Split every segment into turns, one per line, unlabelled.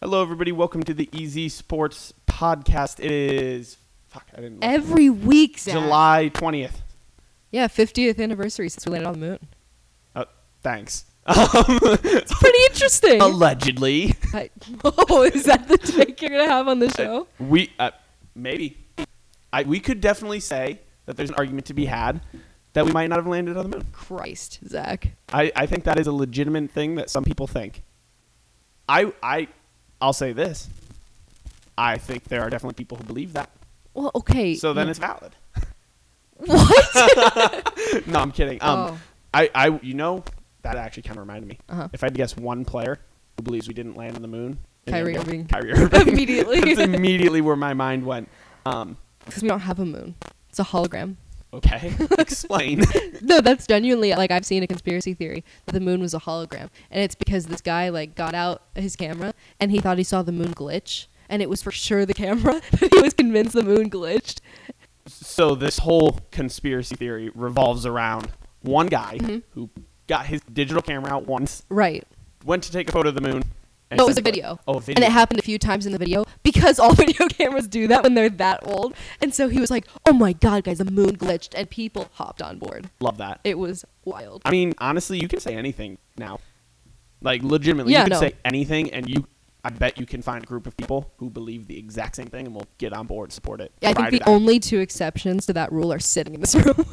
Hello, everybody. Welcome to the Easy Sports Podcast. It is fuck. I didn't. look.
Every week, Zach.
July twentieth.
Yeah, 50th anniversary since we landed on the moon.
Oh, thanks. Um,
It's pretty interesting.
Allegedly,
I- oh, is that the take you're going to have on the show?
we uh, maybe I, we could definitely say that there's an argument to be had that we might not have landed on the moon.
Christ, Zach.
I, I think that is a legitimate thing that some people think. I I I'll say this. I think there are definitely people who believe that.
Well, okay.
So then it's valid.
What?
no, I'm kidding. Um,
Oh.
I, I, you know, that actually kind of reminded me.
Uh-huh.
If I had to guess one player who believes we didn't land on the moon, it'd
Kyrie
be
Irving.
Kyrie Irving.
Immediately.
That's immediately where my mind went. Um,
Because we don't have a moon. It's a hologram.
okay, explain.
No, that's genuinely like I've seen a conspiracy theory that the moon was a hologram, and it's because this guy like got out his camera and he thought he saw the moon glitch, and it was for sure the camera. he was convinced the moon glitched.
so this whole conspiracy theory revolves around one guy
Mm-hmm.
who got his digital camera out once,
Right.
went to take a photo of the moon. and
No, it was a
said-
video.
Oh, a video.
And it happened a few times in the video because all video cameras do that when they're that old. And so he was like, "Oh my god, guys, the moon glitched," and people hopped on board.
Love that.
It was wild.
I mean, honestly, you can say anything now. Like legitimately,
Yeah,
you can
no.
say anything, and you, I bet you can find a group of people who believe the exact same thing and will get on board, support it.
I
ride
think the
it out.
only two exceptions to that rule are sitting in this room.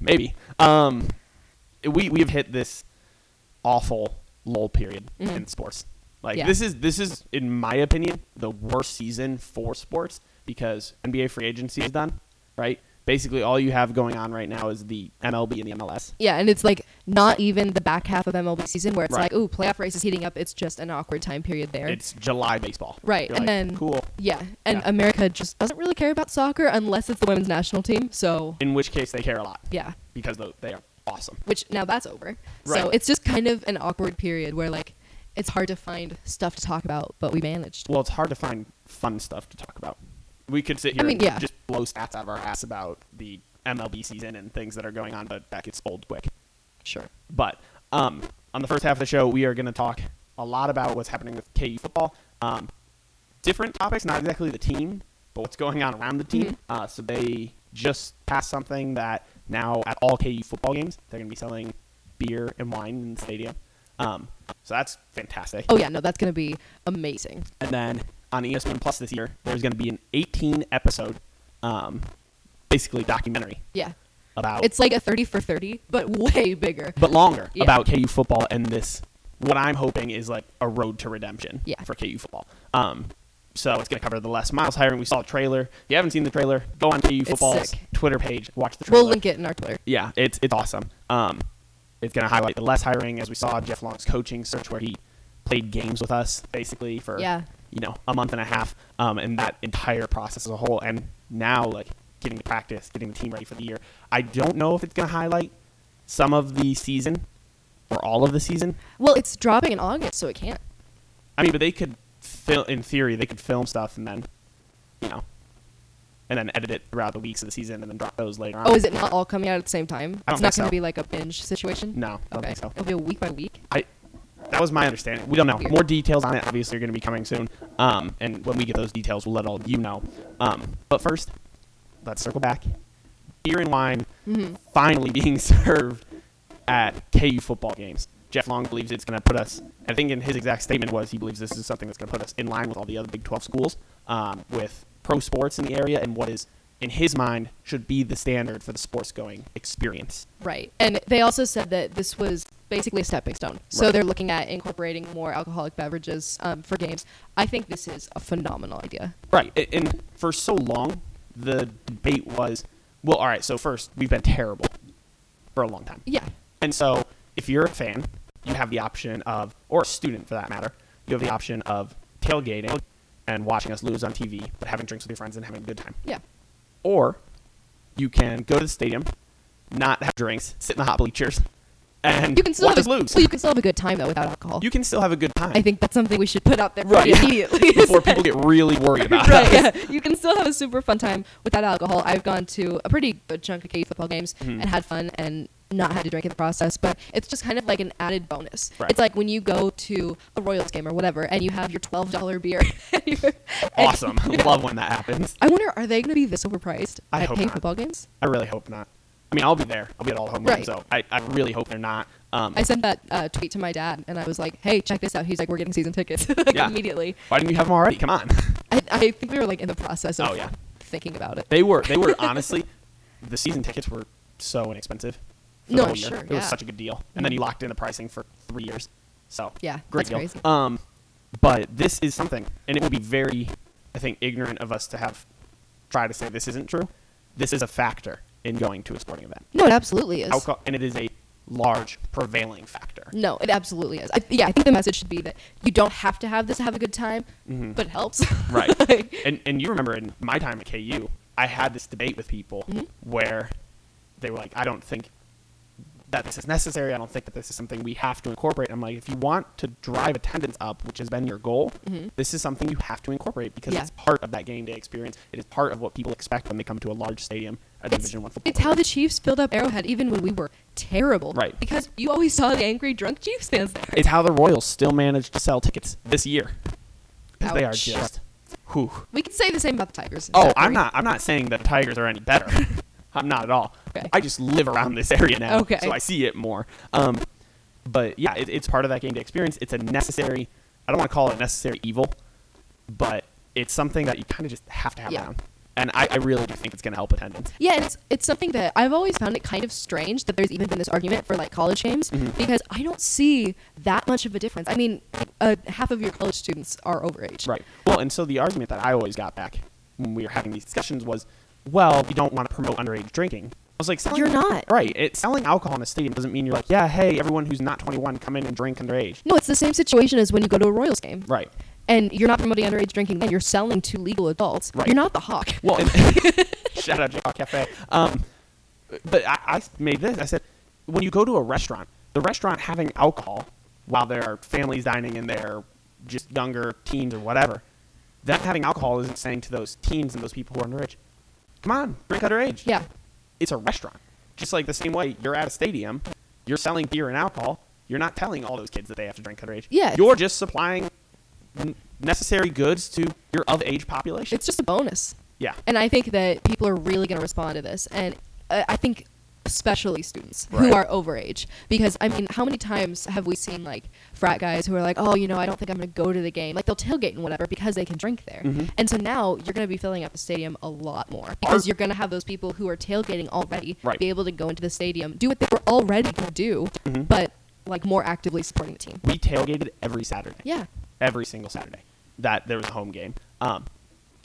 maybe um, we we have hit this awful lull period in sports. Like
Mm-hmm. Yeah.
this is this is in my opinion the worst season for sports because NBA free agency is done, right? Basically, all you have going on right now is the MLB and the MLS.
yeah, and it's like not even the back half of MLB season where it's
Right.
like, "Ooh, playoff race is heating up." It's just an awkward time period there.
It's July baseball,
Right,
You're like,
and then-
cool.
yeah, and
Yeah.
America just doesn't really care about soccer unless it's the women's national team. So
In which case, they care a lot.
yeah,
because tho- they are awesome.
which now that's over. So
Right.
it's just kind of an awkward period where like it's hard to find stuff to talk about, but we managed.
Well, it's hard to find fun stuff to talk about. We could sit here
mean,
and
yeah.
just blow stats out of our ass about the MLB season and things that are going on, but that gets old quick.
Sure.
But um, on the first half of the show, we are going to talk a lot about what's happening with KU football. Um, different topics, not exactly the team, but what's going on around the team.
Mm-hmm.
Uh, so they just passed something that now at all KU football games, they're going to be selling beer and wine in the stadium. Um, so that's fantastic.
Oh yeah, no, that's gonna be amazing.
And then on E ESPN Plus this year, there's going to be an 18 episode, um, basically documentary
Yeah.
about,
It's like a thirty for thirty, but way bigger.
but longer
Yeah.
about KU football and this. What I'm hoping is like a road to redemption
Yeah.
for KU football. Um, so it's going to cover the Les Miles hiring. We saw a trailer. If you haven't seen the trailer, go on KU football's
sick.
Twitter page, watch the trailer.
We'll link it in our Twitter.
yeah, it's it's awesome. Um, it's gonna highlight the less hiring as we saw Jeff Long's coaching search where he played games with us basically for
Yeah.
you know a month and a half, um, and that entire process as a whole, and now like getting to practice, getting the team ready for the year. I don't know if it's gonna highlight some of the season or all of the season.
Well, it's dropping in August, so it can't.
I mean, but they could film in theory they could film stuff and then you know and then edit it throughout the weeks of the season and then drop those later on.
Oh, is it not all coming out at the same time?
I don't
it's not
think
gonna
so.
be like a binge situation.
No, I don't
Okay.
think so.
It'll be a week by week.
I that was my understanding. We don't know.
Weird.
More details on it obviously are going to be coming soon. Um, and when we get those details, we'll let all you know. Um, but first, let's circle back. Beer and wine finally being served at KU football games. Jeff Long believes it's going to put us. I think in his exact statement was he believes this is something that's going to put us in line with all the other Big 12 schools, um, with pro sports in the area, and what is in his mind should be the standard for the sports going experience.
Right. And they also said that this was basically a stepping stone. So
Right.
they're looking at incorporating more alcoholic beverages um, for games. I think this is a phenomenal idea.
Right. a- And for so long, the debate was, well, all right, so first, we've been terrible for a long time.
Yeah.
And so if you're a fan, you have the option of, or a student for that matter, you have the option of tailgating and watching us lose on TV, but having drinks with your friends and having a good time.
Yeah.
Or you can go to the stadium, not have drinks, sit in the hot bleachers, and
You can still
watch us
have a,
lose.
Well, you can still have a good time though without alcohol.
You can still have a good time
I think that's something we should put out there
Right.
immediately.
before people get really worried about
right,
it.
yeah. You can still have a super fun time without alcohol. I've gone to a pretty good chunk of K football games
Mm-hmm.
and had fun and not had to drink in the process, but it's just kind of like an added bonus.
Right.
It's like when you go to a Royals game or whatever and you have your $12 beer. and you're- and-
Awesome. Love when that happens.
I wonder, are they going to be this overpriced
I
at
hope
K
not.
football games?
I really hope not. I mean, I'll be there. I'll be at all the home
Right.
games, so I, I really hope they're not. Um,
I sent that uh, tweet to my dad and I was like, hey, check this out. He's like, we're getting season tickets like,
Yeah.
immediately.
why didn't you have them already? Come on.
I, I think we were like in the process of
Oh, yeah.
thinking about it.
They were they were honestly, the season tickets were so inexpensive. for the
No,
whole year.
sure,
It
yeah.
was such a good deal, and then you locked in the pricing for three years. So
Yeah,
great
that's
deal.
crazy.
Um, but this is something, and it would be very, I think, ignorant of us to have try to say this isn't true. This is a factor in going to a sporting event.
no, it absolutely is.
Alcohol, and it is a large prevailing factor.
No, it absolutely is. I, yeah, I think the message should be that you don't have to have this to have a good time, but it helps.
Mm-hmm. Right.
Like,
and and you remember in my time at KU, I had this debate with people
Mm-hmm.
where they were like, I don't think that this is necessary. I don't think that this is something we have to incorporate. I'm like, if you want to drive attendance up, which has been your goal, this is something you have to incorporate because
Mm-hmm. Yeah.
it's part of that game day experience. It is part of what people expect when they come to a large stadium, a
it's,
Division One football.
it's how the
program.
Chiefs filled up Arrowhead even when we were terrible.
Right.
Because you always saw the angry drunk Chiefs fans there.
it's how the Royals still managed to sell tickets this year. 'Cause They are
Ouch.
just, whew.
we could say the same about the Tigers.
Oh,
Don't
I'm
worry.
not. I'm not saying that the Tigers are any better. I'm not at all.
Okay.
I just live around this area now,
Okay.
so I see it more. Um, but yeah, it, it's part of that game day experience. It's a necessary. I don't want to call it a necessary evil, but it's something that you kind of just have to have
Yeah.
around. And I, I really do think it's going to help attendance.
Yeah, and it's it's something that I've always found it kind of strange that there's even been this argument for like college games
Mm-hmm.
because I don't see that much of a difference. I mean, uh, half of your college students are overage.
Right. Well, and so the argument that I always got back when we were having these discussions was, well, we don't want to promote underage drinking. I was like, selling-
You're not.
right. It, selling alcohol in a stadium doesn't mean you're like, yeah, hey, everyone who's not 21, come in and drink underage.
No, it's the same situation as when you go to a Royals game.
Right.
and you're not promoting underage drinking then you're selling to legal adults
Right.
you're not the hawk
Well, and shout out Jaw Cafe. Um, but I, I made this. I said, when you go to a restaurant, the restaurant having alcohol while there are families dining in there, just younger teens or whatever, them having alcohol isn't saying to those teens and those people who are underage, come on, drink underage.
yeah
It's a restaurant. Just like the same way you're at a stadium, you're selling beer and alcohol. You're not telling all those kids that they have to drink underage.
Yeah.
You're just supplying n- necessary goods to your of age population.
it's just a bonus
yeah.
and i think that people are really going to respond to this and uh, i think especially students who
Right.
are overage because i mean how many times have we seen like frat guys who are like oh you know i don't think i'm going to go to the game like they'll tailgate and whatever because they can drink there
Mm-hmm.
and so now you're going to be filling up the stadium a lot more because you're going to have those people who are tailgating already
Right.
be able to go into the stadium do what they were already going to do
Mm-hmm.
but like more actively supporting the team
we tailgated every Saturday.
yeah
Every single Saturday that there was a home game. Um,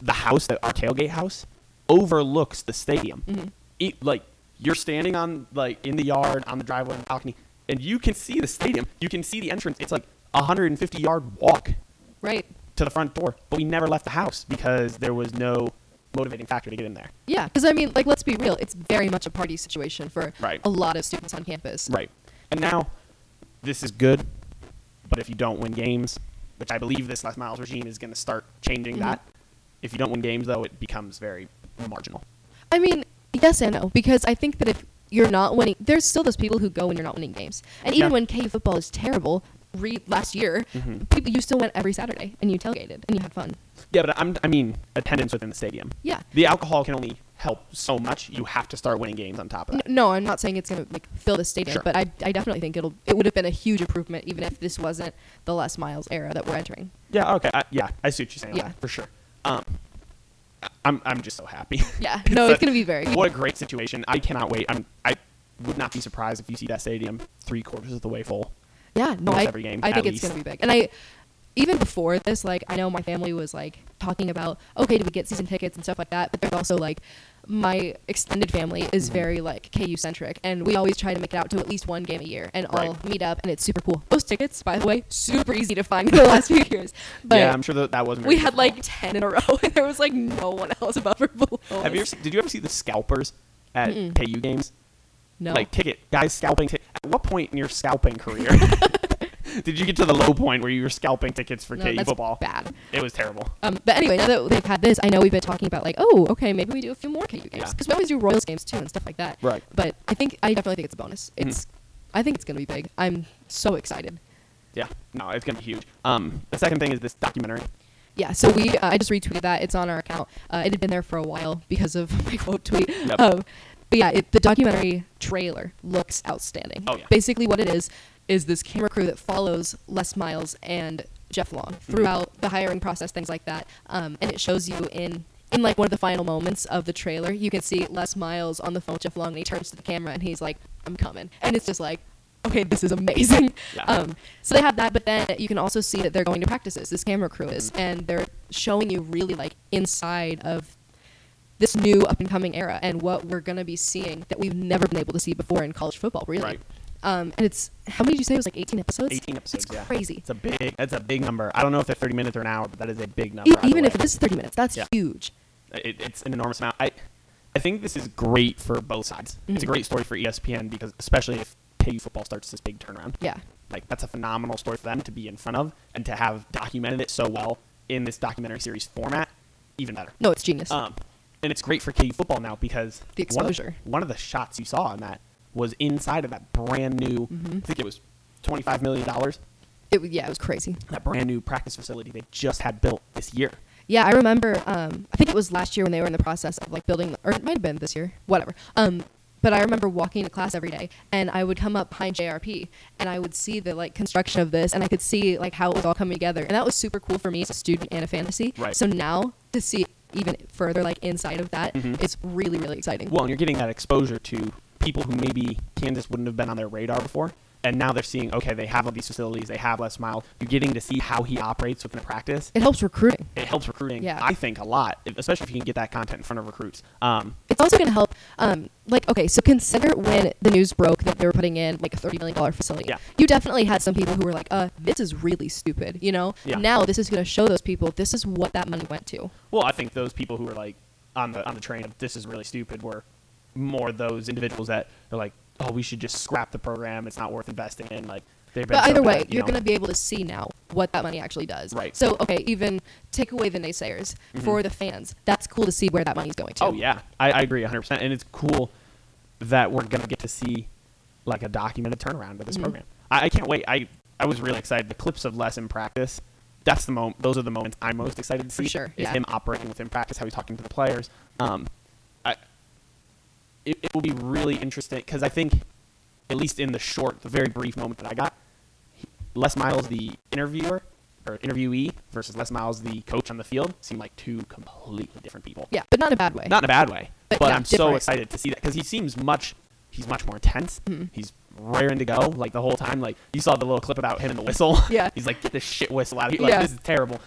the house, that our tailgate house, overlooks the stadium. It, like you're standing on like in the yard on the driveway on the balcony, and you can see the stadium. You can see the entrance. It's like a 150 yard walk
right
to the front door, but we never left the house because there was no motivating factor to get in there.
Yeah, because I mean, like, let's be real. It's very much a party situation for
Right.
a lot of students on campus.
Right. And now, this is good, but if you don't win games, which I believe this last miles regime is going to start changing
Mm-hmm.
that, if you don't win games, though, it becomes very marginal.
I mean, yes and no, because I think that if you're not winning, there's still those people who go when you're not winning games, and even
Yeah. Mm-hmm.
when KU football is terrible. Re- last year, people you still went every Saturday and you tailgated and you had fun.
Yeah, but I'm, I mean, attendance within the stadium.
Yeah.
The alcohol can only help so much. You have to start winning games on top of
N-
that.
No, I'm not saying it's gonna like fill the stadium,
Sure.
but I, I definitely think it'll it would have been a huge improvement even if this wasn't the less miles era that we're entering.
Yeah, okay. I, yeah, I see what you're saying.
Yeah.
Yeah, for sure. Um, I- I'm, I'm just so happy.
Yeah, no, it's
a-
gonna be very good.
What a great situation. I cannot wait. I'm, I would not be surprised if you see that stadium three quarters of the way full.
Yeah, no,
Almost
I,
every game,
I
at
think it's
least.
going to be big. And I, even before this, like, I know my family was like talking about, okay, do we get season tickets and stuff like that? But there's also like, my extended family is
Mm-hmm.
very like KU centric, and we always try to make it out to at least one game a year and
Right.
all meet up, and it's super cool. Those tickets, by the way, super easy to find in the last few years. But
yeah, I'm sure that, that wasn't.
we
very
had
difficult.
like 10 in a row, and there was like no one else above or below.
Have you ever
us.
seen, did you ever see the scalpers at KU games?
No.
Like ticket guys scalping. T- at what point in your scalping career did you get to the low point where you were scalping tickets for
No,
KU
that's
football?
bad.
It was terrible.
Um, but anyway, now that they've had this, I know we've been talking about like, oh, okay, maybe we do a few more KU games
Yeah.
because we always do Royals games too and stuff like that.
Right. Hmm.
But I think I definitely think it's a bonus. It's, I think it's gonna be big. I'm so excited.
Yeah, no, it's gonna be huge. Um, the second thing is this documentary.
Yeah, so we uh, I just retweeted that. It's on our account. Uh, it had been there for a while because of my quote tweet.
Yep.
Um, but yeah, it, the documentary trailer looks outstanding.
Oh, yeah.
Basically, what it is is this camera crew that follows Les Miles and Jeff Long
Mm-hmm.
throughout the hiring process, things like that. Um, and it shows you in in like one of the final moments of the trailer, you can see Les Miles on the phone with Jeff Long, and he turns to the camera and he's like, "I'm coming," and it's just like. Okay, this is amazing.
Yeah.
Um, so they have that, but then you can also see that they're going to practices. This camera crew is, and they're showing you really like inside of this new up and coming era and what we're gonna be seeing that we've never been able to see before in college football, really.
Right.
Um, and it's how many did you say it was like 18 episodes?
18 episodes.
It's
yeah.
crazy.
It's a big. That's a big number. I don't know if they're 30 minutes or an hour, but that is a big number.
E-
either
even if
way.
it is 30 minutes, that's
Yeah.
huge.
it, it's an enormous amount. I, I think this is great for both sides.
Mm.
It's a great story for E ESPN because especially if KU football starts this big turnaround.
Yeah.
like that's a phenomenal story for them to be in front of and to have documented it so well in this documentary series format, even better.
No, it's genius.
Um, and it's great for KU football now because
The
one of-
exposure.
One of, the shots you saw in that was inside of that brand new.
Mm-hmm.
I think it was twenty-five million dollars.
it, w- yeah, it was crazy.
That brand new practice facility they just had built this year.
Yeah, I remember. Um, I think it was last year when they were in the process of like building, or it might have been this year, whatever. Um, but I remember walking to class every day, and I would come up behind JRP, and I would see the like construction of this, and I could see like how it was all coming together, and that was super cool for me as a student and a fantasy.
Right.
So now to see it even further like inside of that, it's really really exciting.
Mm-hmm. Well, and you're getting that exposure to people who maybe Kansas wouldn't have been on their radar before. And now they're seeing, okay, they have all these facilities, they have Les Miles. You're getting to see how he operates within a practice.
it helps recruiting.
It helps recruiting,
Yeah.
I think, a lot, if- especially if you can get that content in front of recruits. Um,
it's also going to help um, like okay so consider when the news broke that they were putting in like a $30 million facility
Yeah.
you definitely had some people who were like uh, this is really stupid you know
Yeah.
now this is going to show those people this is what that money went to
well, I think those people who were like on the on the train of this is really stupid were more those individuals that are like, oh, we should just scrap the program. It's not worth investing in. Like they've been.
but
so
either way
bad, you
you're
know?
going to be able to see now what that money actually does
Right. Mm-hmm.
so okay even take away the naysayers for the fans that's cool to see where that money's going to
Oh yeah, I, I agree 100. percent And it's cool that we're gonna get to see like a documented turnaround of this
Mm-hmm.
program. I, I can't wait. I I was really excited. The clips of Les in practice. That's the moment. Those are the moments I'm most excited to see.
sure,
Is
yeah.
him operating within practice, how he's talking to the players. Um, I, it, it will be really interesting because I think, at least in the short, the very brief moment that I got, he- Les Miles, the interviewer or interviewee, versus Les Miles, the coach on the field, seemed like two completely different people
yeah but not in a bad way
not in a bad way, but,
But yeah,
I'm so
different.
excited to see that because he seems much, he's much more intense.
Mm-hmm.
He's raring to go like the whole time. Like you saw the little clip about him and the whistle.
Yeah.
he's like, get this shit whistle out of here. Like
Yeah.
this is terrible.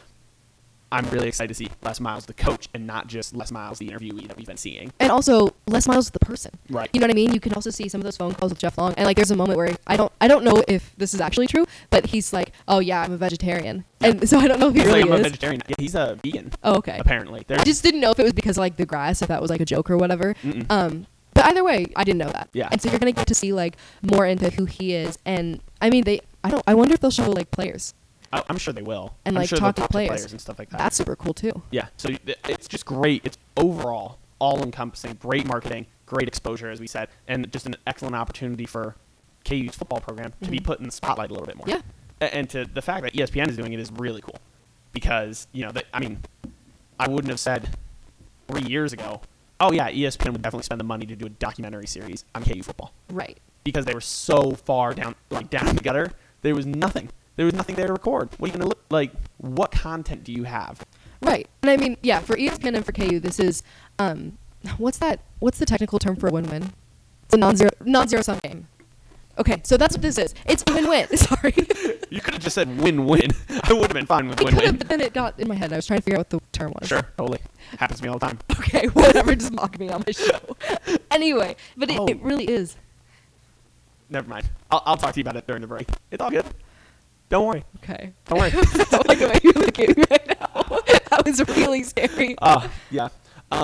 I'm really excited to see Les Miles the coach and not just Les Miles the interviewee that we've been seeing.
and also less miles the person
Right.
you know what i mean you can also see some of those phone calls with jeff long and like there's a moment where i don't i don't know if this is actually true but he's like oh yeah i'm a vegetarian and so i don't know if he
He's
really
like, I'm a
is
vegetarian. Yeah, he's a vegan.
oh okay
Apparently, there's
i just didn't know if it was because of, like the grass if that was like a joke or whatever um but either way i didn't know that
Yeah.
and so you're gonna get to see like more into who he is and i mean they i don't i wonder if they'll show like players
I, I'm sure they will.
and
I'm
like
sure they'll
talk to players.
players and stuff like that.
that's super cool too
Uh, Yeah. So th- it's just great. It's overall all encompassing, great marketing, great exposure, as we said, and just an excellent opportunity for KU's football program to be put in the spotlight a little bit more.
Yeah.
A- And to the fact that E ESPN is doing it is really cool because, you know, that, I mean, I wouldn't have said three years ago, oh, yeah, ESPN would definitely spend the money to do a documentary series on KU football
right
because they were so far down like down the gutter there was nothing there was nothing there to record what are you gonna look like what content do you have
Right. And I mean, yeah, for E ESPN and for KU, this is um, what's that? What's the technical term for a win-win? It's a non-zero non-zero sum game. Okay, so that's what this is. It's a win-win. Sorry.
You could have just said win-win. I would have been fine with
I could have,
win-win.
but then it got in my head. I was trying to figure out what the term was.
Sure, totally. Happens to me all the time.
Okay, whatever. Just mock me on my show. anyway, but it,
Oh.
it really is.
Never mind. I'll, I'll talk to you about it during the break. It's all good. Don't worry.
Okay.
Don't worry.
I like the way you're looking at me right now. that was really scary.
Uh, yeah. Uh,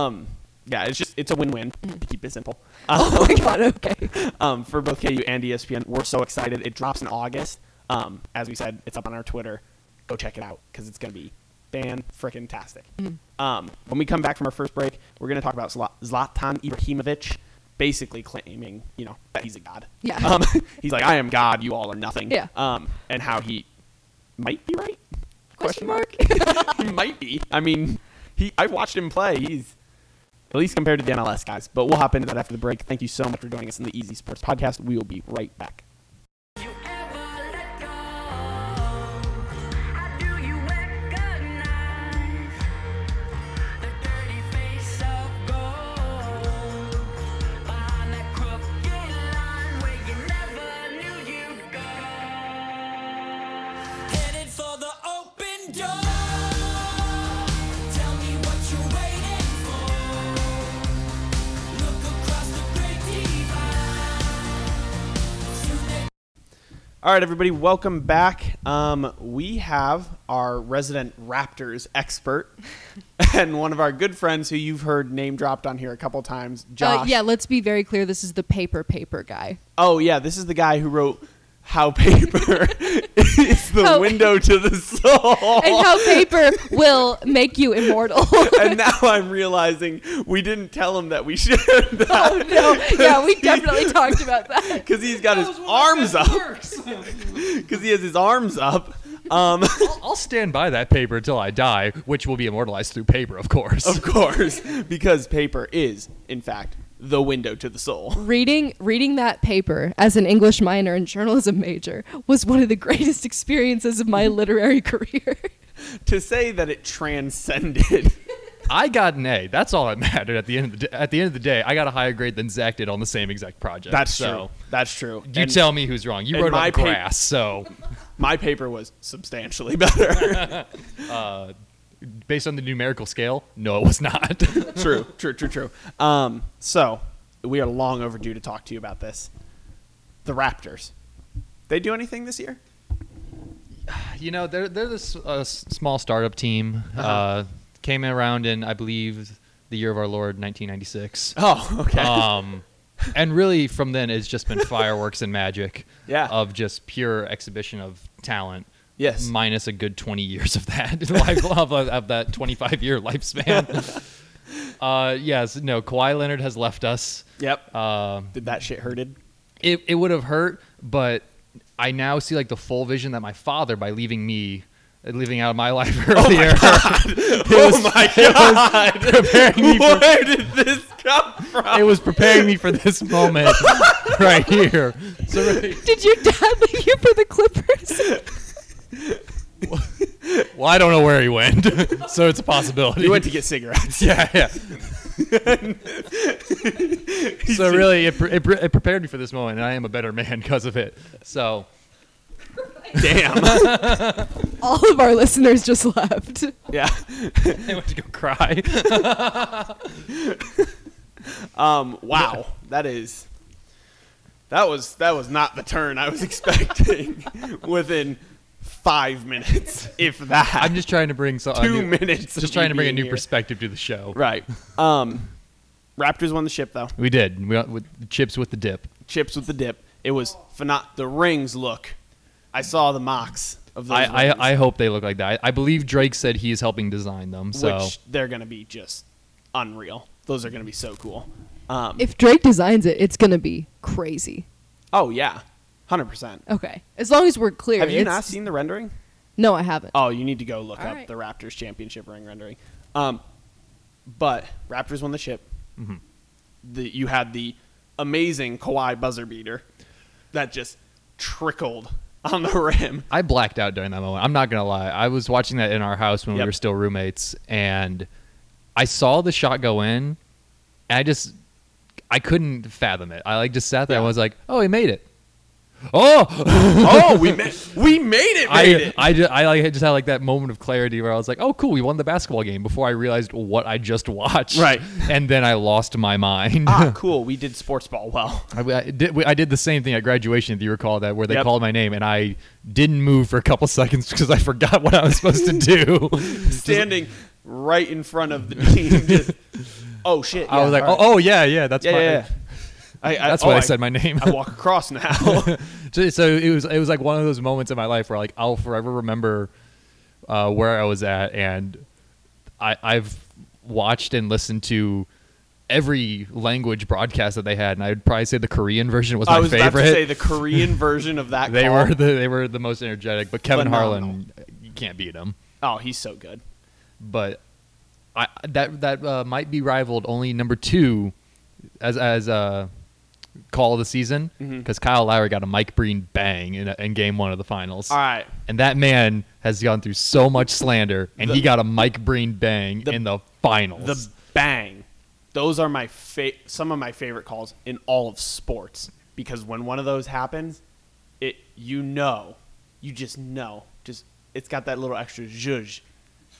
Um, yeah, it's just it's a win-win to keep it simple.
Mm. oh my god. Okay.
um, for both KU and ESPN. We're so excited. It drops in August. Um, as we said, it's up on our Twitter. Go check it out because it's going to be fan frickin' tastic.
Mm-hmm.
Um, when we come back from our first break, we're going to talk about Zla- Zlatan Ibrahimovic basically claiming, you know, that he's a god.
Yeah.
Um, he's like, I am God. You all are nothing.
Yeah.
Um, and how he might be right.
Question Uh,
he might be. I mean, he. I've watched him play. He's at least compared to the MLS guys. But we'll hop into that after the break. Thank you so much for joining us in the Easy Sports Podcast. We will be right back.
You ever let go? How do you recognize the dirty face of gold behind that crooked line where you never knew you'd go? Headed for the open door. Tell me what you're waiting for. Look across the great divide.
All right, everybody, welcome back. Um, we have our resident Raptors expert and one of our good friends who you've heard name dropped on here a couple times, Josh.
Uh, yeah. Let's be very clear. This is the paper paper guy.
Oh yeah, this is the guy who wrote how paper is the
How-
window to the soul.
And how paper will make you immortal.
and now I'm realizing we didn't tell him that we should.
oh no. Yeah. We definitely talked about that.
Because he's got his arms up. Because he has his arms up. Um,
I'll, I'll stand by that paper till I die, which will be immortalized through paper, of course.
of course, because paper is, in fact, the window to the soul.
reading reading that paper as an English minor and journalism major was one of the greatest experiences of my literary career.
To say that it transcended.
I got an A. That's all that mattered at the end of the day. At the end of the day, I got a higher grade than Zach did on the same exact project.
That's
so,
true. That's true.
You
And
tell me who's wrong. You
and
wrote
my
about
pa-
grass, so
My paper was substantially better.
based on the numerical scale, no, it was not.
true, true, true, true. Um, so we are long overdue to talk to you about this. The Raptors. They do anything this year?
you know, they're they're this uh, s- small startup team.
Uh-huh.
uh came around in, I believe, the year of our Lord, 1996.
Oh, okay.
um, and really from then it's just been fireworks and magic
Yeah.
of just pure exhibition of talent
Yes.
minus a good 20 years of that life of, of that 25 year lifespan uh, yes no Kawhi Leonard has left us
yep.
Um
Did that shit hurted?
it, it would have hurt but I now see like the full vision that my father by leaving me leaving out of my life earlier
oh my god!
preparing me for
Where did this come from?
it was preparing me for this moment right here so really
Did your dad leave you for the Clippers?
Well, I don't know where he went, so it's a possibility.
He went to get cigarettes.
yeah, yeah. so really, it, pre- it, pre- it prepared me for this moment, and I am a better man because of it. So
Damn.
All of our listeners just left.
yeah.
I went to go cry.
Um. Wow. That is. That was that was not the turn I was expecting. Within five minutes, if that.
I'm just trying to bring so, a
two
new-
minutes. of
Just trying
you
to bring a
being
new
here.
perspective to the show.
Right. Um. Raptors won the ship though.
We did. We got with the chips with the dip.
Chips with the dip. It was phenom- The rings look. I saw the mocks of those.
I,
rings,
I, I hope they look like that. I, I believe Drake said he is helping design them. So
which they're gonna be just unreal. Those are gonna be so cool. Um.
If Drake designs it, it's gonna be crazy.
oh yeah. Hundred percent.
Okay, as long as we're clear.
Have you
it's-
not seen the rendering?
No, I haven't.
Oh, you need to go look
All
up
right.
the Raptors championship ring rendering. Um, but Raptors won the ship.
Mm-hmm.
The, you had the amazing Kawhi buzzer beater that just trickled on the rim.
I blacked out during that moment. I'm not gonna lie. I was watching that in our house when
Yep.
we were still roommates, and I saw the shot go in, and I just I couldn't fathom it. I like just sat there and
Yeah.
was like, "Oh, he made it." Oh,
oh, we made we made it, made
I
it.
I just, I like, just had like that moment of clarity where I was like, "Oh, cool, we won the basketball game." Before I realized what I just watched,
Right.
and then I lost my mind.
ah, cool. We did sports ball well.
I, I did, I did the same thing at graduation, if you recall that, where they
Yep.
called my name and I didn't move for a couple seconds because I forgot what I was supposed to do.
Standing right in front of the team, just oh shit.
I
yeah,
was like,
alright.
oh, oh yeah, yeah, that's
yeah,
my,
yeah, yeah. I, I,
that's
oh,
why I, said my name.
I walk across now.
so so it was it was like one of those moments in my life where like I'll forever remember uh, where I was at, and I I've watched and listened to every language broadcast that they had, and I'd probably say the Korean version was my
I was
favorite.
about to say the Korean version of that.
they
call.
were the they were the most energetic, but Kevin Harlan,
Phenomenal.
you can't beat him.
Oh, he's so good.
But I that that uh, might be rivaled only number two as as uh, call of the season
Mm-hmm.
because Kyle Lowry got a Mike Breen bang in, in game one of the finals.
All right.
And that man has gone through so much slander, and
The-
he got a Mike Breen bang
the-
in the finals.
The bang. Those are my fa- some of my favorite calls in all of sports because when one of those happens, it you know, you just know, just it's got that little extra zhuzh.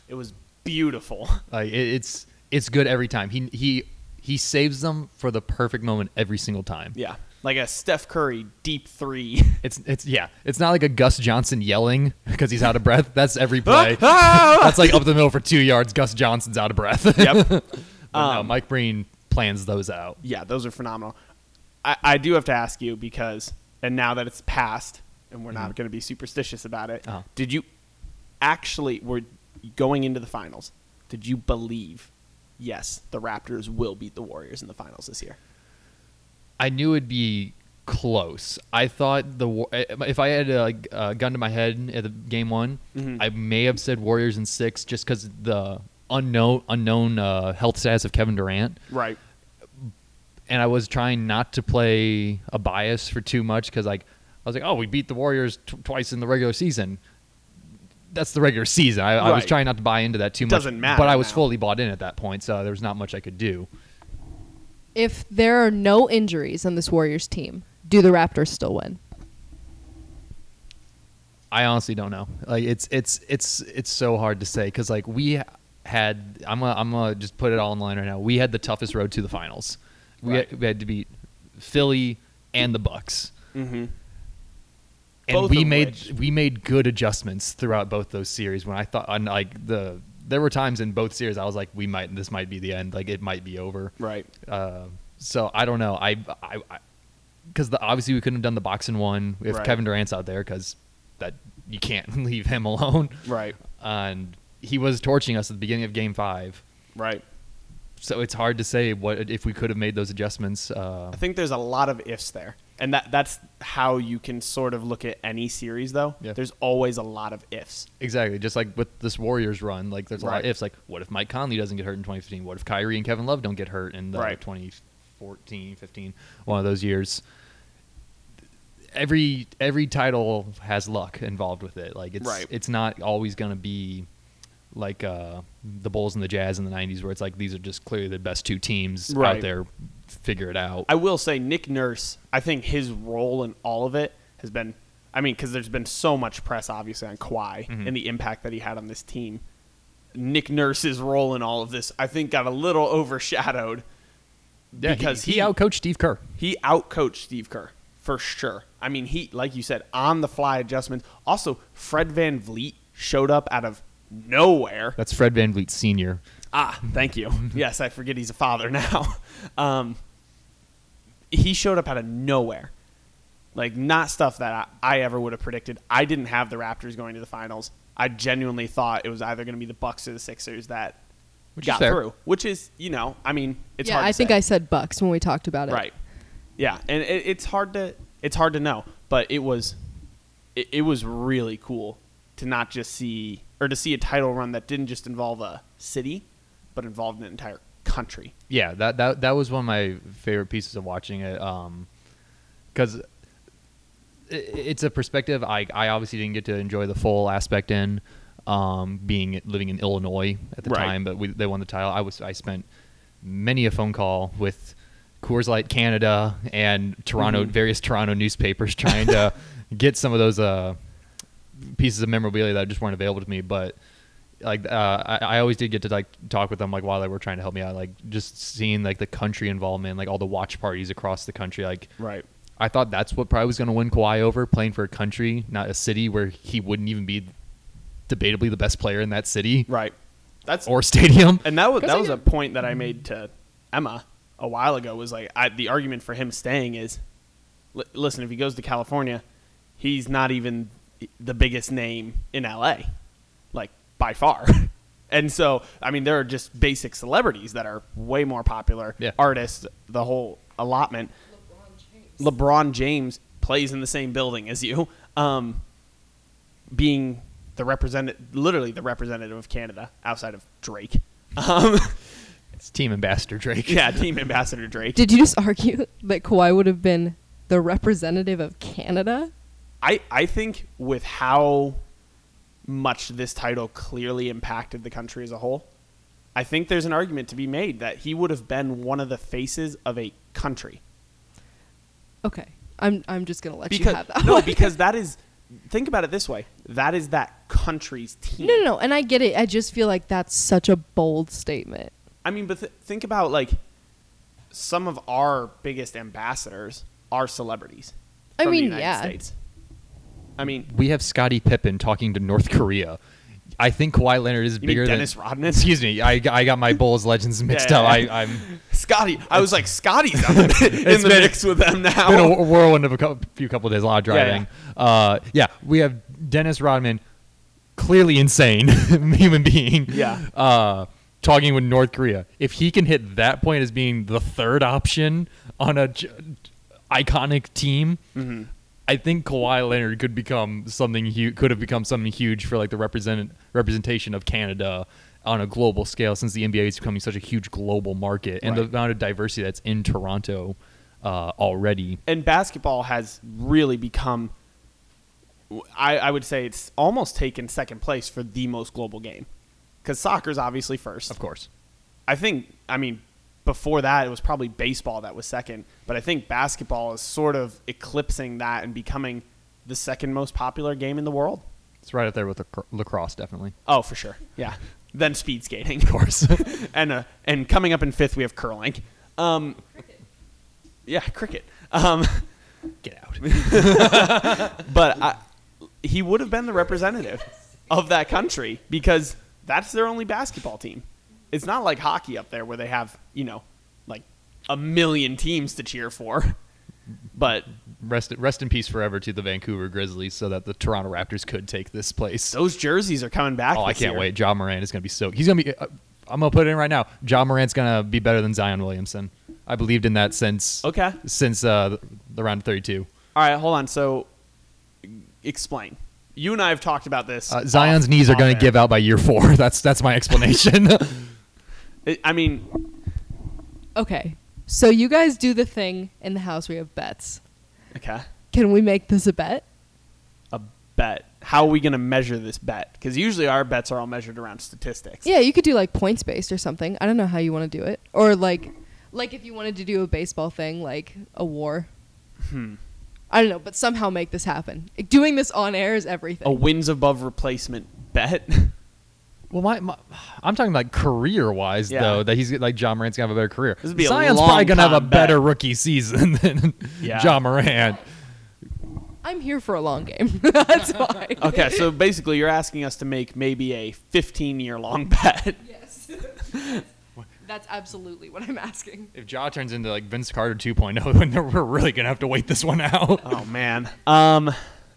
It was beautiful.
Like it, it's it's good every time. He he he saves them for the perfect moment every single time.
Yeah, like a Steph Curry deep three.
It's it's yeah. It's not like a Gus Johnson yelling because he's out of breath. That's every play.
yep.
That's like up the middle for two yards. Gus Johnson's out of breath. But no,
Um,
Mike Breen plans those out.
yeah, those are phenomenal. I, I do have to ask you because, and now that it's past and we're not going to be superstitious about it,
Mm-hmm. Uh-huh.
did you actually, were going into the finals, did you believe, yes, the Raptors will beat the Warriors in the finals this year?
I knew it'd be close. I thought the Wa- eh, if I had a, a gun to my head at the game one, I may have said Warriors in six just because the unknown unknown uh, health status of Kevin Durant.
Right.
and I was trying not to play a bias for too much because like I was like, oh, we beat the Warriors t- twice in the regular season. That's the regular season. I, I was
Right.
trying not to buy into that too much.
Doesn't matter
But I was
now.
fully bought in at that point, so there was not much I could do.
If there are no injuries on this Warriors team, do the Raptors still win?
I honestly don't know. Like it's it's it's it's so hard to say because like we had I'm gonna, I'm gonna just put it all in line right now. We had the toughest road to the finals. We,
Right.
had, we had to beat Philly and the Bucks.
Mm-hmm.
and
Both
we
of
made
which-
we made good adjustments throughout both those series. When I thought on like the there were times in both series I was like, we might this might be the end, like it might be over.
Right.
Uh, so I don't know. I I because the obviously we couldn't have done the boxing one if
Right.
Kevin Durant's out there because that you can't leave him alone.
Right.
And he was torching us at the beginning of Game Five,
Right.
so it's hard to say what if we could have made those adjustments. Uh,
I think there's a lot of ifs there. And that, that's how you can sort of look at any series, though.
Yeah.
There's always a lot of ifs.
Exactly. Just like with this Warriors run, like there's a lot
Right.
of ifs. Like, what if Mike Conley doesn't get hurt in 2015? What if Kyrie and Kevin Love don't get hurt in the
Right.
2014, 15, one of those years? Every every title has luck involved with it. Like it's
Right.
it's not always going to be like uh, the Bulls and the Jazz in the 90s, where it's like these are just clearly the best two teams
Right.
out there. Figure it out.
I will say Nick Nurse, I think his role in all of it has been I mean cuz there's been so much press obviously on Kawhi
Mm-hmm.
and the impact that he had on this team. Nick Nurse's role in all of this I think got a little overshadowed.
Yeah,
because
he,
he-
he outcoached Steve Kerr.
He outcoached Steve Kerr for sure. I mean, he like you said on the fly adjustments. Also, Fred Van Vliet showed up out of nowhere.
That's Fred Van Vliet Sr.
Ah, thank you. yes, I forget he's a father now. Um, he showed up out of nowhere. Like, not stuff that I, I ever would have predicted. I didn't have the Raptors going to the finals. I genuinely thought it was either going to be the Bucks or the Sixers that
Which is
got
fair.
through, which is, you know, I mean, it's
yeah,
hard to
I think
say.
I said Bucks when we talked about it.
Right. Yeah, and it, it's hard to it's hard to know, but it was it, it was really cool to not just see or to see a title run that didn't just involve a city, but involved an entire country.
yeah that, that that was one of my favorite pieces of watching it um because it's a perspective I, I obviously didn't get to enjoy the full aspect in um being living in illinois at the
Right.
time but we, they won the title i was i spent many a phone call with coors light canada and
Mm-hmm.
toronto various toronto newspapers trying to get some of those uh pieces of memorabilia that just weren't available to me. But like, uh, I, I always did get to like talk with them like while they were trying to help me out. Like just seeing like the country involvement, like all the watch parties across the country. Like
Right.
I thought that's what probably was going to win Kawhi over playing for a country, not a city where he wouldn't even be debatably the best player in that city
Right. That's
or stadium.
and that was
'Cause
that
I
was a
get-
point that I made to Emma a while ago was like, I, the argument for him staying is, li- listen, if he goes to California, he's not even the biggest name in LA, like by far. and so, I mean, there are just basic celebrities that are way more popular.
Yeah.
Artists, the whole allotment. LeBron James plays in the same building as you, um, being the representative, literally the representative of Canada outside of Drake. Um,
It's team ambassador Drake.
yeah, team ambassador Drake.
Did you just argue that Kawhi would have been the representative of Canada?
I, I think with how much this title clearly impacted the country as a whole, I think there's an argument to be made that he would have been one of the faces of a country.
Okay. I'm I'm just gonna let you
Because
have that.
no,
one.
because that is think about it this way. That is that country's team.
no, no, no, and I get it. I just feel like that's such a bold statement.
I mean, but th- think about like some of our biggest ambassadors are celebrities.
I
from the
mean,
United
yeah.
States. I mean,
We have Scottie Pippen talking to North Korea. I think Kawhi Leonard is
mean
bigger
Dennis
than
Rodman?
Excuse me, I, I got my Bulls legends mixed
Yeah,
up.
yeah, yeah.
I, I'm
Scotty. I was like, Scotty's up in the
been-
mix with them now.
been a wh- whirlwind of a couple, few couple days, a lot of
Yeah, yeah.
driving. Yeah, Uh, yeah, we have Dennis Rodman, clearly insane human being.
Yeah.
Uh, talking with North Korea. If he can hit that point as being the third option on a j- iconic team. I think Kawhi Leonard could become something huge. Could have become something huge for like the represent representation of Canada on a global scale, since the NBA is becoming such a huge global market, and the
Right.
amount of diversity that's in Toronto uh, already.
and basketball has really become I, I would say it's almost taken second place for the most global game because soccer's obviously first
Of course.
i think i mean before that it was probably baseball that was second but i think basketball is sort of eclipsing that and becoming the second most popular game in the world
It's right up there with lac- lacrosse, definitely.
oh for sure yeah then speed skating
Of course.
and uh, and coming up in fifth we have curling um, yeah cricket um,
Get out.
but I, he would have been the representative of that country because that's their only basketball team. It's not like hockey up there where they have, you know, like a million teams to cheer for. But
Rest, rest in peace forever to the Vancouver Grizzlies so that the Toronto Raptors could take this place.
those jerseys are coming back.
oh, I
this
can't
year.
wait. John Moran is going to be so. He's going to be. Uh, I'm going to put it in right now. John Moran's going to be better than Zion Williamson. I believed in that since.
Okay.
Since uh, the, the round of 32.
All right, hold on. So explain. You and I have talked about this.
Uh, Zion's
off-
knees are
off
going
air.
to give out by year four. That's that's my explanation.
It- I mean,
Okay. So you guys do the thing in the house where you have bets.
okay.
Can we make this a bet?
A bet. How are we going to measure this bet? Because usually our bets are all measured around statistics.
Yeah, you could do like points based or something. I don't know how you want to do it. Or like like if you wanted to do a baseball thing, like a war. Hmm. I don't know, but somehow make this happen. Doing this on air is everything.
A wins above replacement bet.
Well, my, my I'm talking like career wise
Yeah.
though that he's like John Morant's gonna have a better career.
This would be a
Zion's
long
probably gonna have a
time
better
bet.
rookie season than
Yeah.
John Morant.
I'm here for a long game. That's why.
Okay, so basically, you're asking us to make maybe a 15 year long bet.
Yes. That's absolutely what I'm asking.
If Ja turns into like Vince Carter 2.0, then we're really gonna have to wait this one out.
Oh man, um,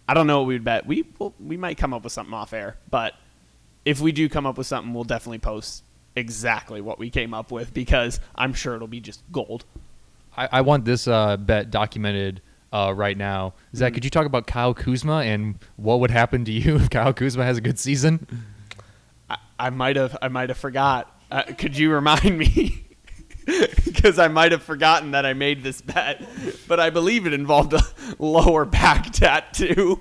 I don't know what we'd bet. We well, we might come up with something off air, but if we do come up with something, we'll definitely post exactly what we came up with because I'm sure it'll be just gold.
I, I want this uh, bet documented uh, right now. Zach, could you talk about Kyle Kuzma and what would happen to you if Kyle Kuzma has a good season?
I, I might have I might have forgot. Uh, could you remind me? Because I might have forgotten that I made this bet, but I believe it involved a lower back tattoo.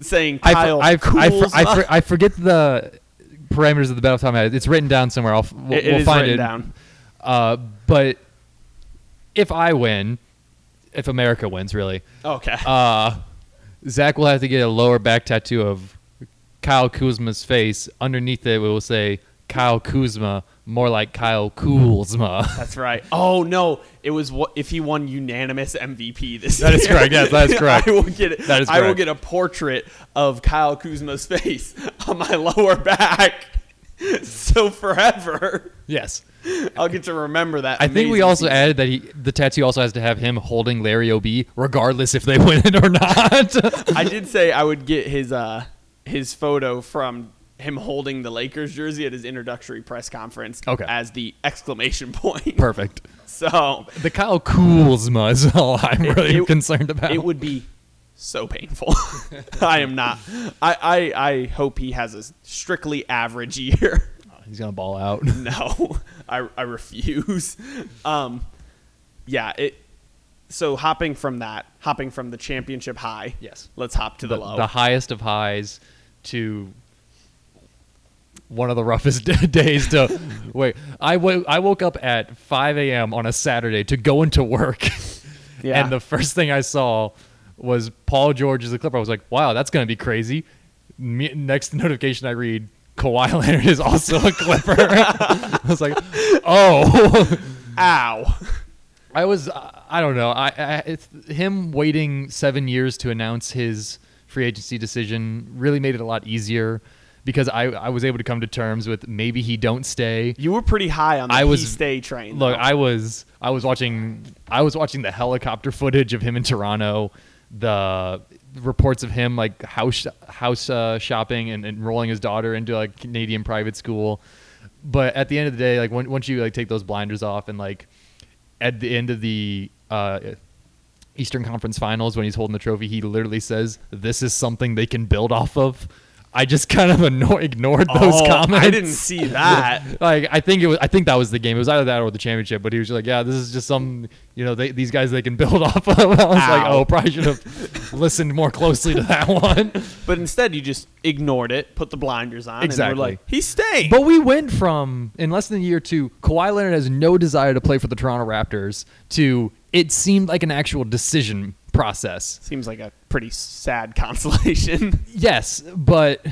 Saying
I,
Kyle
I, I,
Kuzma.
I, I forget the parameters of the bet off the top of my head. It's written down somewhere. I'll, f- we'll,
It- it
we'll
is
find
written
it.
down.
Uh, but if I win, if America wins, really,
Okay.
uh, Zach will have to get a lower back tattoo of Kyle Kuzma's face. Underneath it, we will say Kyle Kuzma, more like Kyle Kuzma.
That's right. Oh no, it was what if he won unanimous MVP this
That
year.
is correct. Yes, that is correct.
I will get it.
That is
I will
correct.
get a portrait of Kyle Kuzma's face on my lower back. so forever,
Yes.
I'll get to remember that.
I think we
amazing
also
season.
added that he, the tattoo also has to have him holding Larry OB, regardless if they win it or not.
I did say I would get his uh his photo from him holding the Lakers jersey at his introductory press conference
Okay.
as the exclamation point.
Perfect.
So
The Kyle Kuzma is all I'm really
it-
concerned about.
it would be so painful. I am not. I, I I hope he has a strictly average year.
He's gonna ball out.
no, I I refuse. Um, yeah. It. So hopping from that, hopping from the championship high.
Yes.
Let's hop to the,
the,
low.
the highest of highs to one of the roughest d- days to wait I wo- I woke up at 5 a.m on a saturday to go into work
Yeah.
and the first thing i saw was paul george as a clipper i was like wow that's going to be crazy Me- next notification i read Kawhi Leonard is also a Clipper. I was like, "Oh,
Ow.
I was I I don't know. I, I it's him waiting 7 years to announce his free agency decision really made it a lot easier because I I was able to come to terms with maybe he don't stay.
You were pretty high on the
I was-
he stay train.
Look,
though.
I was I was watching I was watching the helicopter footage of him in Toronto, the reports of him like house house uh, shopping and enrolling his daughter into like Canadian private school. But at the end of the day, like when, once you like take those blinders off and like at the end of the uh, Eastern Conference Finals when he's holding the trophy, he literally says, "This is something they can build off of." I just kind of anno- ignored those
Oh,
comments.
I didn't see that.
Like I think it was I think that was the game. It was either that or the championship. But he was just like, yeah, this is just some you know they, these guys they can build off of. I was like,
Ow.
oh, probably should have listened more closely to that one.
but instead, you just ignored it, put the blinders on, and
Exactly.
were like, "He stayed."
But we went from in less than a year to Kawhi Leonard has no desire to play for the Toronto Raptors to it seemed like an actual decision process.
Seems like a pretty sad consolation.
Yes, but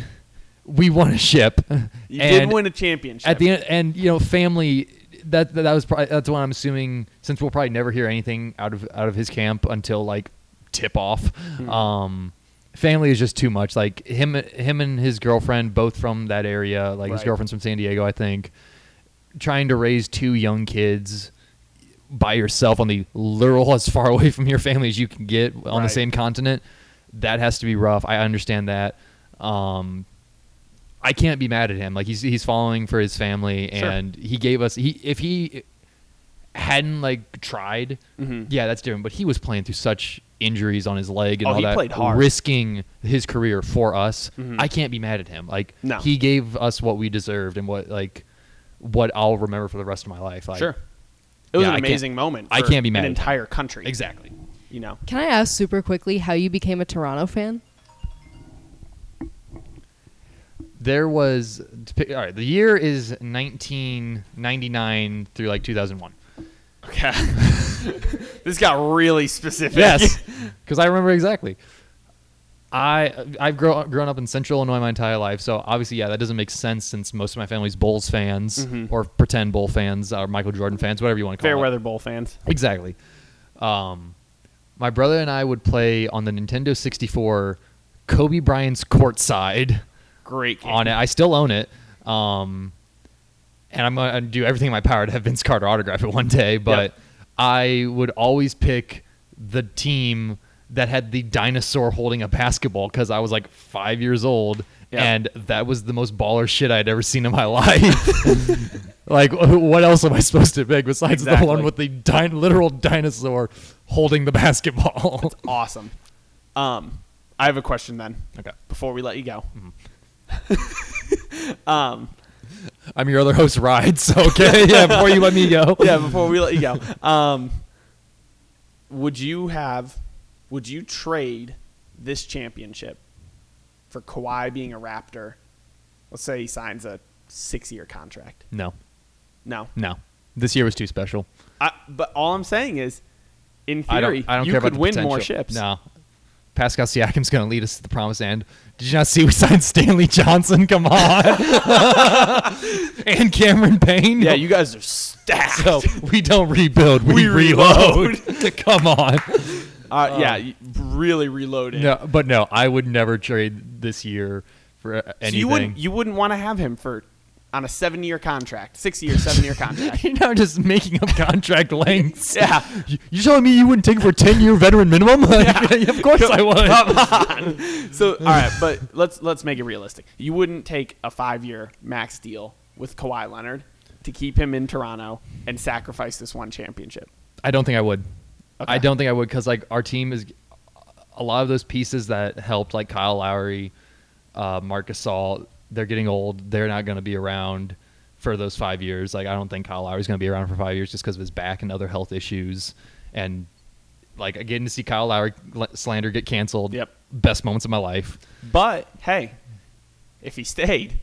we won a ship.
you
and
did win a championship.
at the end, and you know, family. That that, that was probably that's what I'm assuming. Since we'll probably never hear anything out of out of his camp until like tip off.
Hmm.
Um, family is just too much. Like him, him and his girlfriend, both from that area. Like his
Right.
girlfriend's from San Diego, I think. Trying to raise two young kids by yourself on the literal as far away from your family as you can get on the
Right.
same continent. That has to be rough. I understand that. Um, I can't be mad at him. Like he's he's following for his family,
Sure.
and he gave us he if he hadn't like tried,
Mhm.
yeah, that's different. But he was playing through such injuries on his leg and
Oh,
all
he
that,
played hard. Mm-hmm.
risking his career for us. I can't be mad at him. Like
No.
he gave us what we deserved and what like what I'll remember for the rest of my life. Like,
sure, it was
Yeah, I
an
can't-
amazing moment.
I
for
can't be mad at
An
that.
entire country,
exactly.
You know,
Can I ask super quickly how you became a Toronto fan?
There was to pick- all right. The year is 1999 through like 2001.
okay. this got really specific.
Yes, because I remember exactly. I I've grown grown up in Central Illinois my entire life, so obviously, yeah, that doesn't make sense since most of my family's Bulls fans or pretend Bull fans or Michael Jordan fans, whatever you want to call
Mm-hmm. Fair
it.
weather bowl fans.
Exactly. Um, my brother and I would play on the Nintendo 64, Kobe Bryant's courtside
Great game.
on it. I still own it. Um, and I'm going to do everything in my power to have Vince Carter autograph it one day. But I would always pick the team that had the dinosaur holding a basketball because I was like five years old.
Yeah.
And that was the most baller shit I'd ever seen in my life. like, wh- what else am I supposed to pick besides the
Exactly.
one with the din- literal dinosaur holding the basketball?
Awesome. Um, I have a question then.
okay.
Before we let you go.
Mm-hmm.
um.
I'm your other host, Ride. So, okay. Yeah, before you let me go.
yeah, before we let you go. Um, would you have would you trade this championship for Kawhi being a Raptor? Let's say he signs a six year contract.
No.
No.
No, this year was too special.
I, but all I'm saying is in theory
I don't. I don't
you
care
could
about the
win
potential.
more ships.
No, Pascal Siakam's going to lead us to the promised end. Did you not see we signed Stanley Johnson? Come on, and Cameron Payne.
Yeah, you guys are stacked.
So we don't rebuild. We,
We
reload. Come on.
uh, yeah, you really reloaded.
um, No, but no, I would never trade this year for uh,
So
anything.
you wouldn't you wouldn't want to have him for on a seven year contract, six year, seven year contract.
You're now just making up contract lengths.
Yeah.
You- You're telling me you wouldn't take it for a 10 year veteran minimum? Like, of course I would.
Come on. So all right, but let's let's make it realistic. You wouldn't take a five year max deal with Kawhi Leonard to keep him in Toronto and sacrifice this one championship.
I don't think I would. I
Okay.
don't think I would because like our team is a lot of those pieces that helped like Kyle Lowry, uh, Marcus Gasol. They're getting old. They're not going to be around for those five years. Like I don't think Kyle Lowry's going to be around for five years just because of his back and other health issues. And like getting to see Kyle Lowry l- slander get canceled.
Yep.
Best moments of my life.
But hey, if he stayed,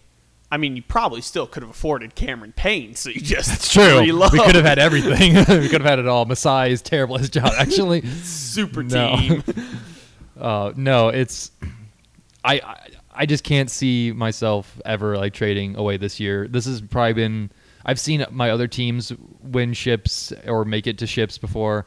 I mean, you probably still could have afforded Cameron Payne. So you just
It's true.
Reload.
We could have had everything. we could have had it all. Masai is terrible at his job. Actually,
super
No.
team.
uh, no, it's I, I I just can't see myself ever like trading away this year. This has probably been I've seen my other teams win ships or make it to ships before,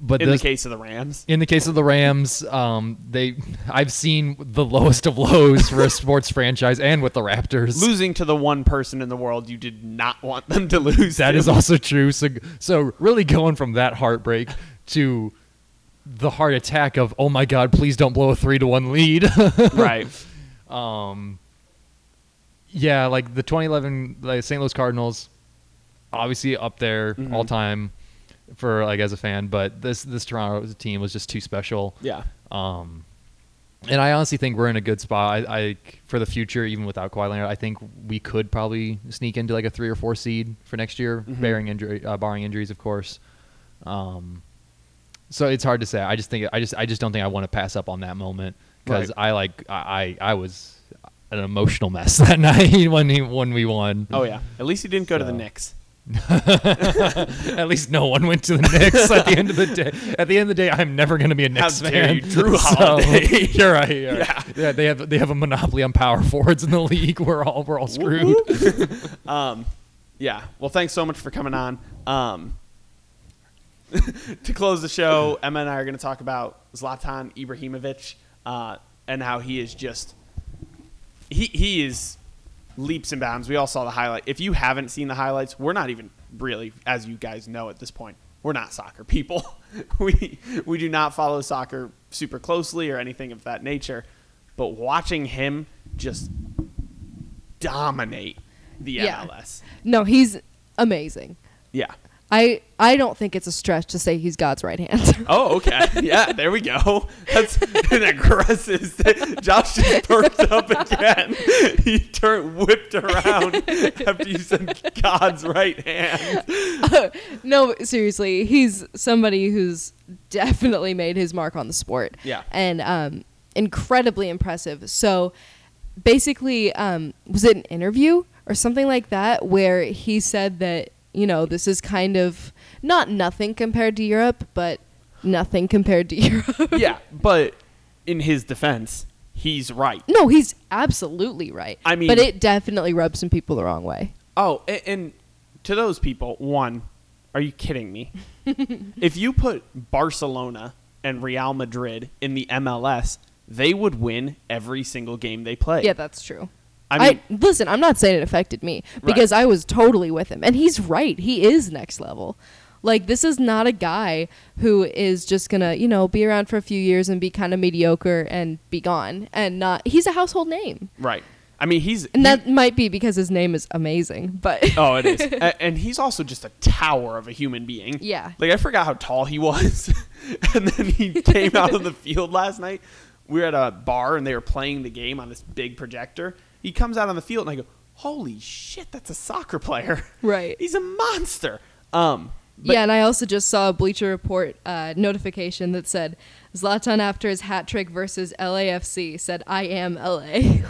but
Mm-hmm. In the
this-
case of the Rams,
in the case of the Rams, um, they I've seen the lowest of lows for a sports franchise and with the Raptors.
losing to the one person in the world you did not want them to lose.
That
to.
is also true. So, so really going from that heartbreak to the heart attack of oh my god, please don't blow a three to one lead.
right.
um, yeah, like the 2011 like St. Louis Cardinals, obviously up there
Mhm.
all time for like as a fan, but this this Toronto team was just too special.
Yeah.
Um, and I honestly think we're in a good spot. I, I for the future, even without Kawhi Leonard, I think we could probably sneak into like a three or four seed for next year,
Mm-hmm.
bearing injury, uh, barring injuries, of course. Um, so it's hard to say. I just think I just I just don't think I want to pass up on that moment because
Right.
I like I, I I was an emotional mess that night when he, when we won.
Oh yeah. At least he didn't go to the
So.
Knicks.
At least no one went to the Knicks at the end of the day. At the end of the day, I'm never going to be a Knicks
dare
fan.
you, Drew
So,
Holiday.
you're right. you're right.
Yeah.
Yeah. they have they have a monopoly on power forwards in the league. We're all we're all screwed.
um, yeah. Well, thanks so much for coming on. Um, to close the show, Emma and I are going to talk about Zlatan Ibrahimovic uh, and how he is just he he is leaps and bounds. We all saw the highlight. If you haven't seen the highlights, we're not even really, as you guys know at this point, we're not soccer people. we we do not follow soccer super closely or anything of that nature. But watching him just dominate the
Yeah.
MLS,
No, he's amazing.
yeah.
I I don't think it's a stretch to say he's God's right hand.
Oh, okay. Yeah, there we go. That's an aggressive. sta- Josh just perked up again. He turned, whipped around after you said God's right hand.
no, seriously, he's somebody who's definitely made his mark on the sport.
Yeah.
and um, incredibly impressive. So basically, um, was it an interview or something like that where he said that you know this is kind of not nothing compared to Europe, but nothing compared to Europe.
Yeah, but in his defense, he's right.
No, he's absolutely right.
I mean-
but it definitely rubs some people the wrong way.
Oh, and, and to those people, one, are you kidding me? if you put Barcelona and Real Madrid in the MLS, they would win every single game they play.
Yeah, that's true.
I mean-
listen. I'm not saying it affected me because I was totally with him, and he's right. He is next level. Like this is not a guy who is just gonna you know be around for a few years and be kind of mediocre and be gone and not. He's a household name,
right. I mean, he's
and
he-
that might be because his name is amazing. But
Oh, it is. A- and he's also just a tower of a human being.
Yeah.
Like I forgot how tall he was, and then he came out on the field last night. We were at a bar and they were playing the game on this big projector. He comes out on the field and I go, "Holy shit, that's a soccer player!"
Right.
He's a monster. Um.
yeah, and I also just saw a Bleacher Report uh, notification that said Zlatan after his hat trick versus LAFC said, "I am LA," which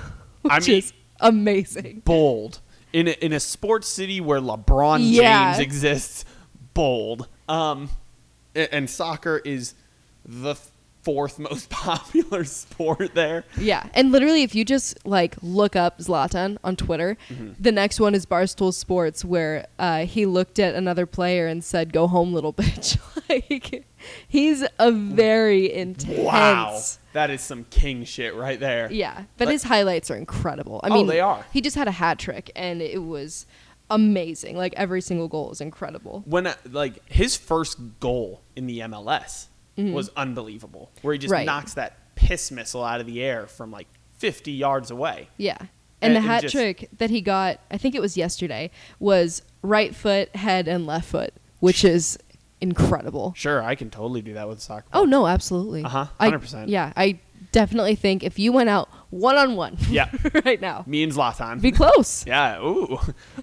I mean-
is amazing.
bold in a, in a sports city where LeBron
Yeah.
James exists. Bold. Um, a- and soccer is the fourth most popular sport there.
Yeah, and literally, if you just like look up Zlatan on Twitter,
Mm-hmm.
the next one is Barstool Sports, where uh, he looked at another player and said, "Go home, little bitch." like he's a very intense.
Wow. That is some king shit right there.
Yeah, but
Like-
his highlights are incredible. I
Oh,
mean,
they are.
He just had a hat trick, and it was amazing. Like every single goal was incredible.
When uh, like his first goal in the MLS was unbelievable, where he just
Mm-hmm. Right.
knocks that piss missile out of the air from like 50 yards away.
Yeah.
And-
And the
and
hat
just-
trick that he got, I think it was yesterday, was right foot, head, and left foot, which is incredible.
Sure, I can totally do that with a soccer.
Oh
ball.
no, absolutely.
Uh-huh,
I-
100%.
Yeah, I definitely think if you went out one on one,
Yeah.
right now,
Me and Zlatan.
be close.
Yeah. Ooh,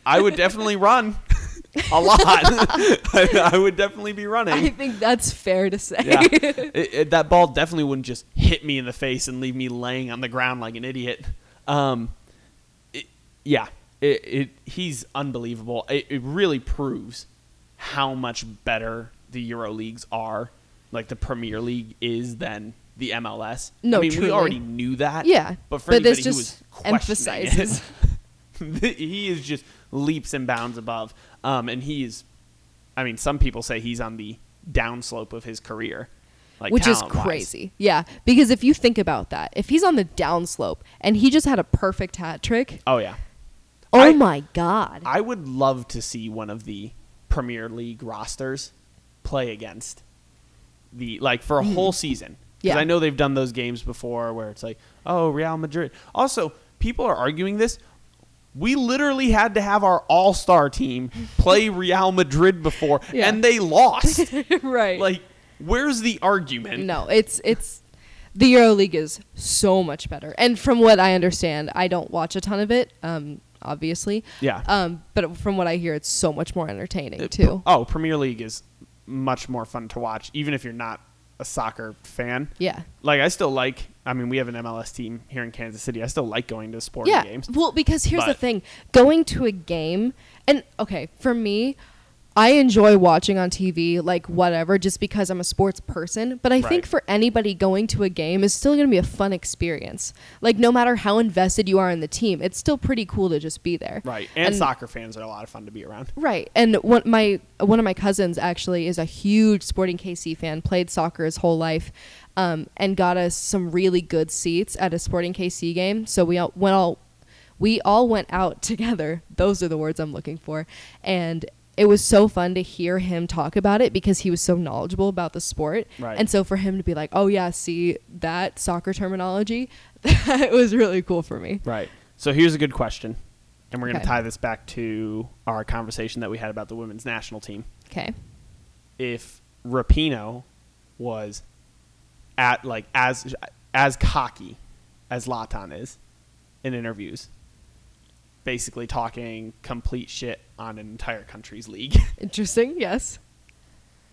I would definitely run a lot. I, I would definitely be running.
I think that's fair to say.
yeah. It- it- that ball definitely wouldn't just hit me in the face and leave me laying on the ground like an idiot. Um, it- yeah. It, it, he's unbelievable. It, it really proves how much better the Euro leagues are, like the Premier League is than the MLS.
No,
I mean
truly.
we already knew that.
Yeah,
but for
but this
anybody
just
who was questioning it,
emphasizes.
he is just leaps and bounds above. Um, and he is, I mean, some people say he's on the downslope of his career, like
which is
talent-wise.
crazy. Yeah, because if you think about that, if he's on the downslope and he just had a perfect hat trick,
Oh yeah,
oh
I-
my god.
I would love to see one of the Premier League rosters play against the like for a whole season. Because
Mm. Yeah.
I know they've done those games before where it's like, oh, Real Madrid. Also, people are arguing this. We literally had to have our all star team play Real Madrid before,
Yeah.
and they lost.
right.
like where's the argument
no, it's it's the EuroLeague is so much better. And from what I understand, I don't watch a ton of it, um obviously.
Yeah.
Um but from what I hear it's so much more entertaining too.
oh premier league is much more fun to watch even if you're not a soccer fan
Yeah.
like i still like i mean we have an mls team here in kansas city i still like going to sporting
yeah.
games
Well, because here's the
But-
thing going to a game, and okay, for me, I enjoy watching on TV, like whatever, just because I'm a sports person. But I
Right.
think for anybody going to a game is still going to be a fun experience. Like, no matter how invested you are in the team, it's still pretty cool to just be there.
right and, soccer fans are a lot of fun to be around
Right, and one my one of my cousins actually is a huge Sporting KC fan. Played soccer his whole life, um, and got us some really good seats at a Sporting KC game. So we all went all we all went out together. Those are the words I'm looking for, and it was so fun to hear him talk about it because he was so knowledgeable about the sport.
Right.
And so for him to be like, "Oh yeah, see that soccer terminology," that was really cool for me.
right so here's a good question and we're going to
Okay.
tie this back to our conversation that we had about the women's national team
Okay.
if Rapino was at like as as cocky as Latan is in interviews, basically talking complete shit on an entire country's league.
Interesting. Yes.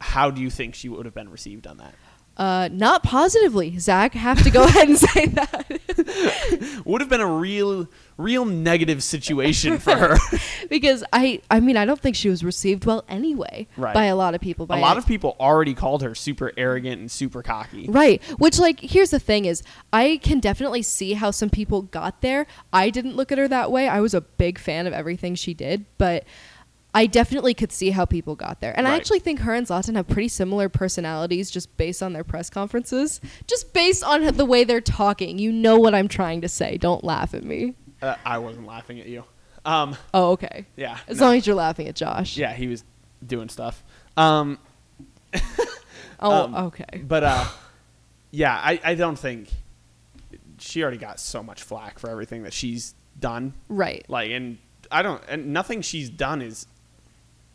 How do you think she would have been received on that?
Uh, not positively, Zach. Have to go ahead and say that
Would have been a real real negative situation for her.
because I, I mean, I don't think she was received well anyway
Right.
by a lot of people.
a
By
lot of people already called her super arrogant and super cocky.
right. Which, like, here's the thing: is I can definitely see how some people got there. I didn't look at her that way. I was a big fan of everything she did, but I definitely could see how people got there. And I
Right.
actually think her and Zlatan have pretty similar personalities, just based on their press conferences, just based on the way they're talking. You know what I'm trying to say. Don't laugh at me.
Uh, I wasn't laughing at you. Um,
Oh, okay.
yeah.
As
no.
long as you're laughing at Josh.
yeah, he was doing stuff. Um,
Oh,
Um,
okay.
But uh, yeah, I, I don't think she already got so much flack for everything that she's done.
Right.
Like, and I don't, and nothing she's done is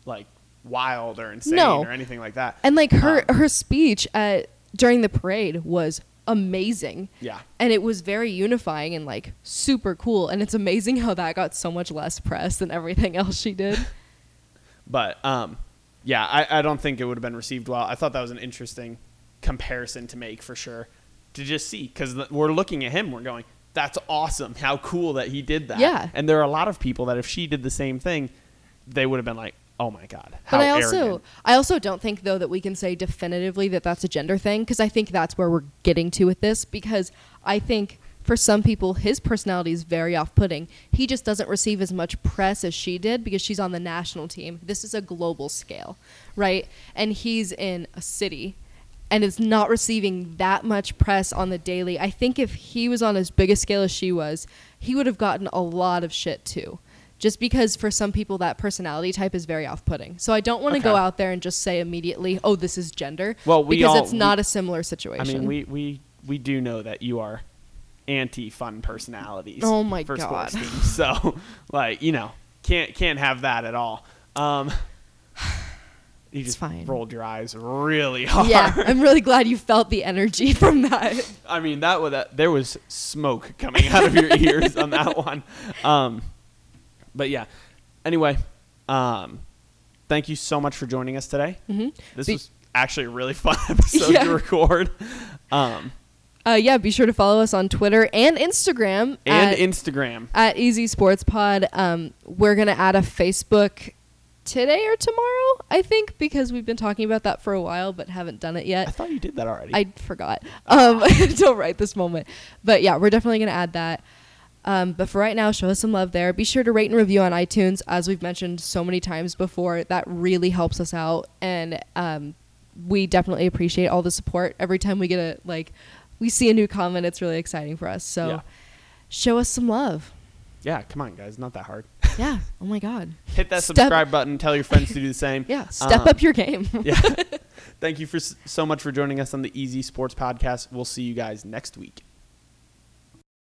like wild or insane
No.
or anything like that.
And like her
Um,
her speech at during the parade was amazing.
Yeah.
And it was very unifying and like super cool. And it's amazing how that got so much less press than everything else she did.
But um, yeah, I, I don't think it would have been received well. I thought that was an interesting comparison to make for sure to just see because we're looking at him, we're going, that's awesome. How cool that he did that.
Yeah.
And there are a lot of people that if she did the same thing, they would have been like, oh my God. How
but I also
arrogant.
I also don't think though that we can say definitively that that's a gender thing because I think that's where we're getting to with this because I think for some people, his personality is very off putting. He just doesn't receive as much press as she did because she's on the national team. This is a global scale, right? And he's in a city and it's not receiving that much press on the daily. I think if he was on as big a scale as she was, he would have gotten a lot of shit too. Just because for some people that personality type is very off-putting. So I don't want to go
Okay.
out there and just say immediately, "Oh, this is gender."
Well, we
because
all-
it's not
we-
a similar situation.
I mean, we, we, we do know that you are anti fun personalities.
Oh my
for sports
God.
teams. So, like, you know, can't can't have that at all. Um, you just
fine.
rolled your eyes really hard.
yeah, I'm really glad you felt the energy from that.
I mean, that was that, there was smoke coming out of your ears on that one. Um, but yeah. Anyway, um, thank you so much for joining us today. Mm-hmm. This
Be-
was actually a really fun episode
Yeah.
to record. Um,
Uh, yeah, be sure to follow us on Twitter and Instagram
and
at,
Instagram.
at Easy Sports Pod. Um, we're gonna add a Facebook today or tomorrow, I think, because we've been talking about that for a while but haven't done it
I
yet.
thought you did that already.
I forgot um, until right this moment. But yeah, we're definitely going to add that. Um, but for right now, show us some love there. Be sure to rate and review on iTunes, as we've mentioned so many times before. That really helps us out, and um, we definitely appreciate all the support. Every time we get a like, we see a new comment, it's really exciting for us. So,
Yeah.
show us some love.
yeah, come on, guys. Not that hard.
Yeah. Oh my God.
Hit that
Step-
subscribe button. Tell your friends to do the same.
Yeah. Step
Um,
up your game.
yeah. Thank you for s- so much for joining us on the Easy Sports Podcast. We'll see you guys next week.